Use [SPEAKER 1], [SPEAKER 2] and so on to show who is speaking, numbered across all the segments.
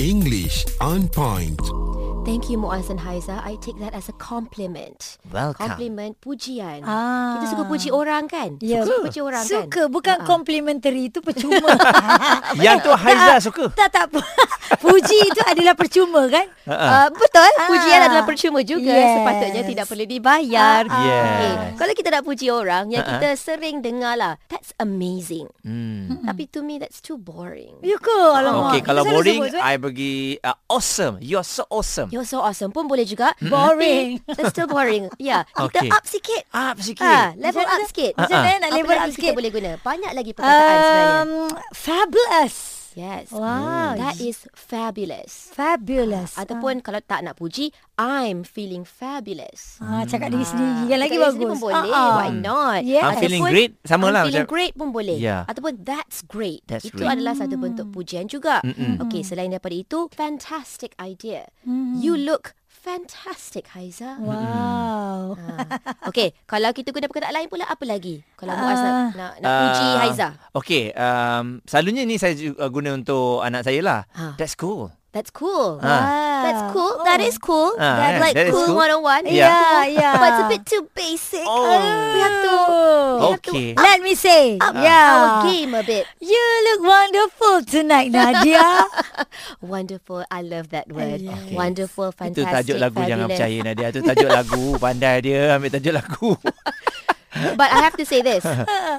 [SPEAKER 1] English on point.
[SPEAKER 2] Thank you Muaz and Haiza. I take that as a compliment.
[SPEAKER 3] Welcome.
[SPEAKER 2] Compliment, pujian.
[SPEAKER 4] Ah.
[SPEAKER 2] Kita suka puji orang kan?
[SPEAKER 4] Ya.
[SPEAKER 2] Suka puji orang kan?
[SPEAKER 4] Suka bukan
[SPEAKER 2] Ah, ah.
[SPEAKER 4] complimentary itu percuma.
[SPEAKER 3] Yang tu Haiza suka.
[SPEAKER 4] tak tak apa. Puji itu adalah percuma kan?
[SPEAKER 3] Ah,
[SPEAKER 2] Uh, betul,
[SPEAKER 4] Ah.
[SPEAKER 2] pujian adalah percuma juga.
[SPEAKER 4] Yes.
[SPEAKER 2] Sepatutnya tidak perlu dibayar.
[SPEAKER 3] Ah, ah.
[SPEAKER 2] Okey,
[SPEAKER 3] Yes.
[SPEAKER 2] Kalau kita nak puji orang yang
[SPEAKER 3] Ah, ah.
[SPEAKER 2] kita sering dengar lah, that's amazing.
[SPEAKER 3] Hmm.
[SPEAKER 2] Tapi to me that's too boring.
[SPEAKER 4] Ya ke? Alamak.
[SPEAKER 3] Okay, kalau
[SPEAKER 4] Kenapa
[SPEAKER 3] boring,
[SPEAKER 4] sebut, Zul?
[SPEAKER 3] I pergi uh, awesome. You're so awesome.
[SPEAKER 2] You're so awesome pun boleh juga.
[SPEAKER 4] Boring.
[SPEAKER 2] Tapi That's still boring. Ya, yeah, kita
[SPEAKER 3] Okey. ah.
[SPEAKER 2] up sikit.
[SPEAKER 3] Up sikit.
[SPEAKER 2] Ah, level
[SPEAKER 4] Macam
[SPEAKER 2] up
[SPEAKER 4] mana?
[SPEAKER 2] sikit.
[SPEAKER 4] Macam
[SPEAKER 3] Ha,
[SPEAKER 4] mana nak
[SPEAKER 2] Apa
[SPEAKER 4] level
[SPEAKER 2] lagi
[SPEAKER 4] up
[SPEAKER 2] Kita
[SPEAKER 4] sikit?
[SPEAKER 2] boleh guna banyak lagi perkataan sebenarnya.
[SPEAKER 4] Um, fabulous.
[SPEAKER 2] Yes.
[SPEAKER 4] Wow.
[SPEAKER 2] That is fabulous.
[SPEAKER 4] Fabulous.
[SPEAKER 2] Ataupun kalau tak nak puji, I'm feeling fabulous.
[SPEAKER 4] ah, cakap diri sendiri kan lagi
[SPEAKER 2] Kat
[SPEAKER 4] bagus.
[SPEAKER 2] sini pun boleh.
[SPEAKER 4] Ah, ah.
[SPEAKER 2] Why not?
[SPEAKER 4] Yes.
[SPEAKER 3] I'm feeling
[SPEAKER 2] Ataupun,
[SPEAKER 3] great. Sama
[SPEAKER 2] I'm
[SPEAKER 3] lah
[SPEAKER 2] feeling
[SPEAKER 3] macam-
[SPEAKER 2] great pun boleh.
[SPEAKER 3] Yeah.
[SPEAKER 2] Ataupun that's great.
[SPEAKER 3] That's
[SPEAKER 2] itu
[SPEAKER 3] great.
[SPEAKER 2] adalah satu
[SPEAKER 4] Hmm.
[SPEAKER 2] bentuk pujian juga. mm Okey, selain daripada itu, fantastic idea.
[SPEAKER 4] Hmm.
[SPEAKER 2] You look fantastic, Haiza.
[SPEAKER 4] Wow.
[SPEAKER 2] Okey, kalau kita guna perkataan lain pula apa lagi? Kalau Muaz nak,
[SPEAKER 4] Ah.
[SPEAKER 2] nak, nak puji
[SPEAKER 3] Ah,
[SPEAKER 2] Haiza.
[SPEAKER 3] Okay, um, selalunya ni saya ju- uh, guna untuk anak saya lah.
[SPEAKER 2] Ha.
[SPEAKER 3] That's cool.
[SPEAKER 2] That's cool.
[SPEAKER 3] Ah.
[SPEAKER 2] That's cool. That is cool.
[SPEAKER 3] Ah,
[SPEAKER 2] That's
[SPEAKER 3] yeah,
[SPEAKER 2] like
[SPEAKER 3] that is
[SPEAKER 2] cool,
[SPEAKER 3] cool.
[SPEAKER 2] 101.
[SPEAKER 3] Yeah.
[SPEAKER 4] Oh. Yeah, yeah.
[SPEAKER 2] But Oh, it's a bit too basic.
[SPEAKER 3] Ah. Oh.
[SPEAKER 2] We have to we have to
[SPEAKER 3] Okay.
[SPEAKER 4] Oh. Let me say.
[SPEAKER 2] up
[SPEAKER 4] yeah.
[SPEAKER 2] our game a bit.
[SPEAKER 4] You look wonderful tonight, Nadia.
[SPEAKER 2] Wonderful. I love that word.
[SPEAKER 4] Yeah.
[SPEAKER 3] Okay.
[SPEAKER 2] Wonderful, fantastic,
[SPEAKER 3] Itu tajuk lagu
[SPEAKER 2] fabulous.
[SPEAKER 3] jangan percaya Nadia. Itu tajuk lagu. Pandai dia ambil tajuk lagu.
[SPEAKER 2] But I have to say this.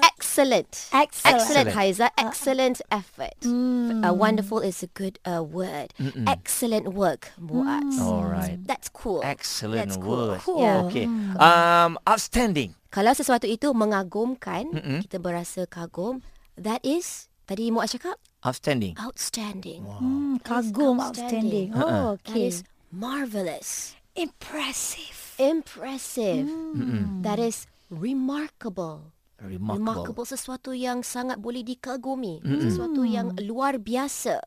[SPEAKER 2] Excellent.
[SPEAKER 4] Excellent.
[SPEAKER 2] Excellent, Haiza. Excellent effort. Uh, wonderful is a good uh, word. Excellent work, Muaz.
[SPEAKER 3] Mm. Alright.
[SPEAKER 2] That's cool.
[SPEAKER 3] Excellent
[SPEAKER 2] That's cool.
[SPEAKER 3] word.
[SPEAKER 4] Cool.
[SPEAKER 2] Yeah.
[SPEAKER 3] Okay. Um, outstanding.
[SPEAKER 2] Kalau sesuatu itu mengagumkan, mm-hmm. kita berasa kagum, that is tadi Muaz cakap
[SPEAKER 3] Outstanding.
[SPEAKER 2] outstanding. Wow.
[SPEAKER 4] Hmm, kagum outstanding. Oh,
[SPEAKER 2] Uh-uh. That
[SPEAKER 4] okay.
[SPEAKER 2] is marvelous,
[SPEAKER 4] impressive.
[SPEAKER 2] impressive. That is remarkable.
[SPEAKER 3] Remarkable.
[SPEAKER 2] Remarkable sesuatu yang sangat boleh dikagumi, sesuatu yang luar biasa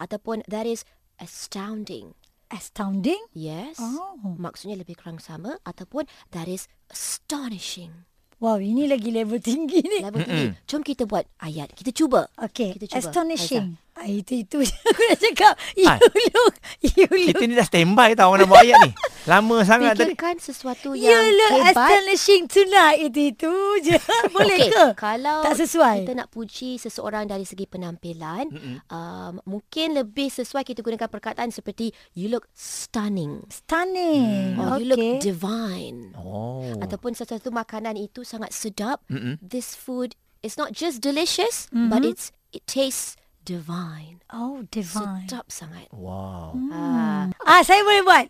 [SPEAKER 2] ataupun that is astounding.
[SPEAKER 4] Astounding.
[SPEAKER 2] Yes.
[SPEAKER 4] Oh.
[SPEAKER 2] Maksudnya lebih kurang sama ataupun that is astonishing.
[SPEAKER 4] Wow, ini lagi level tinggi ni.
[SPEAKER 2] Level tinggi. Jom kita buat ayat. Kita cuba.
[SPEAKER 4] Okay,
[SPEAKER 2] Kita cuba,
[SPEAKER 4] astonishing. Ah, itu itu je aku nak cakap. You
[SPEAKER 3] Ah.
[SPEAKER 4] look, you look,
[SPEAKER 3] Kita ni dah standby tau nak buat ayat ni. Lama sangat tadi.
[SPEAKER 2] Fikirkan sesuatu
[SPEAKER 4] you
[SPEAKER 2] yang
[SPEAKER 4] look
[SPEAKER 2] hebat.
[SPEAKER 4] astonishing tonight. Itu itu je. Boleh
[SPEAKER 2] Okey,
[SPEAKER 4] ke?
[SPEAKER 2] Kalau
[SPEAKER 4] Tak sesuai.
[SPEAKER 2] kita nak puji seseorang dari segi penampilan, um, mungkin lebih sesuai kita gunakan perkataan seperti you look stunning
[SPEAKER 4] Stunning.
[SPEAKER 2] or
[SPEAKER 4] okay.
[SPEAKER 2] you look divine
[SPEAKER 3] Oh.
[SPEAKER 2] ataupun sesuatu makanan itu sangat sedap. This food is not just delicious but
[SPEAKER 4] Mm-hmm.
[SPEAKER 2] it's it tastes divine.
[SPEAKER 4] oh, divine.
[SPEAKER 2] Sedap sangat.
[SPEAKER 3] Oh. Wow.
[SPEAKER 2] Ah,
[SPEAKER 4] Ah, saya boleh buat.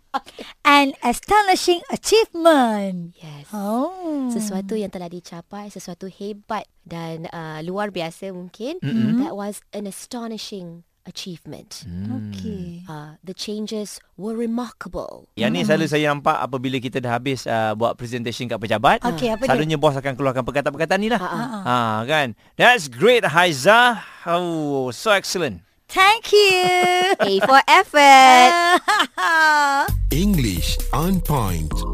[SPEAKER 4] An astonishing achievement.
[SPEAKER 2] yes.
[SPEAKER 4] Oh.
[SPEAKER 2] sesuatu yang telah dicapai, sesuatu hebat dan uh, luar biasa mungkin. Mm-hmm. That was an astonishing achievement. Mm.
[SPEAKER 4] Okay.
[SPEAKER 2] Uh, the changes were remarkable.
[SPEAKER 3] Yang
[SPEAKER 4] Hmm.
[SPEAKER 3] ni selalu saya nampak apabila kita dah habis uh, buat presentation kat pejabat.
[SPEAKER 4] Okey, apa dia?
[SPEAKER 3] selalunya bos akan keluarkan perkataan-perkataan ni lah.
[SPEAKER 2] Ah,
[SPEAKER 3] Ha, kan. That's great Haiza. Oh, so excellent.
[SPEAKER 4] Thank you.
[SPEAKER 2] A for effort.
[SPEAKER 1] English on point.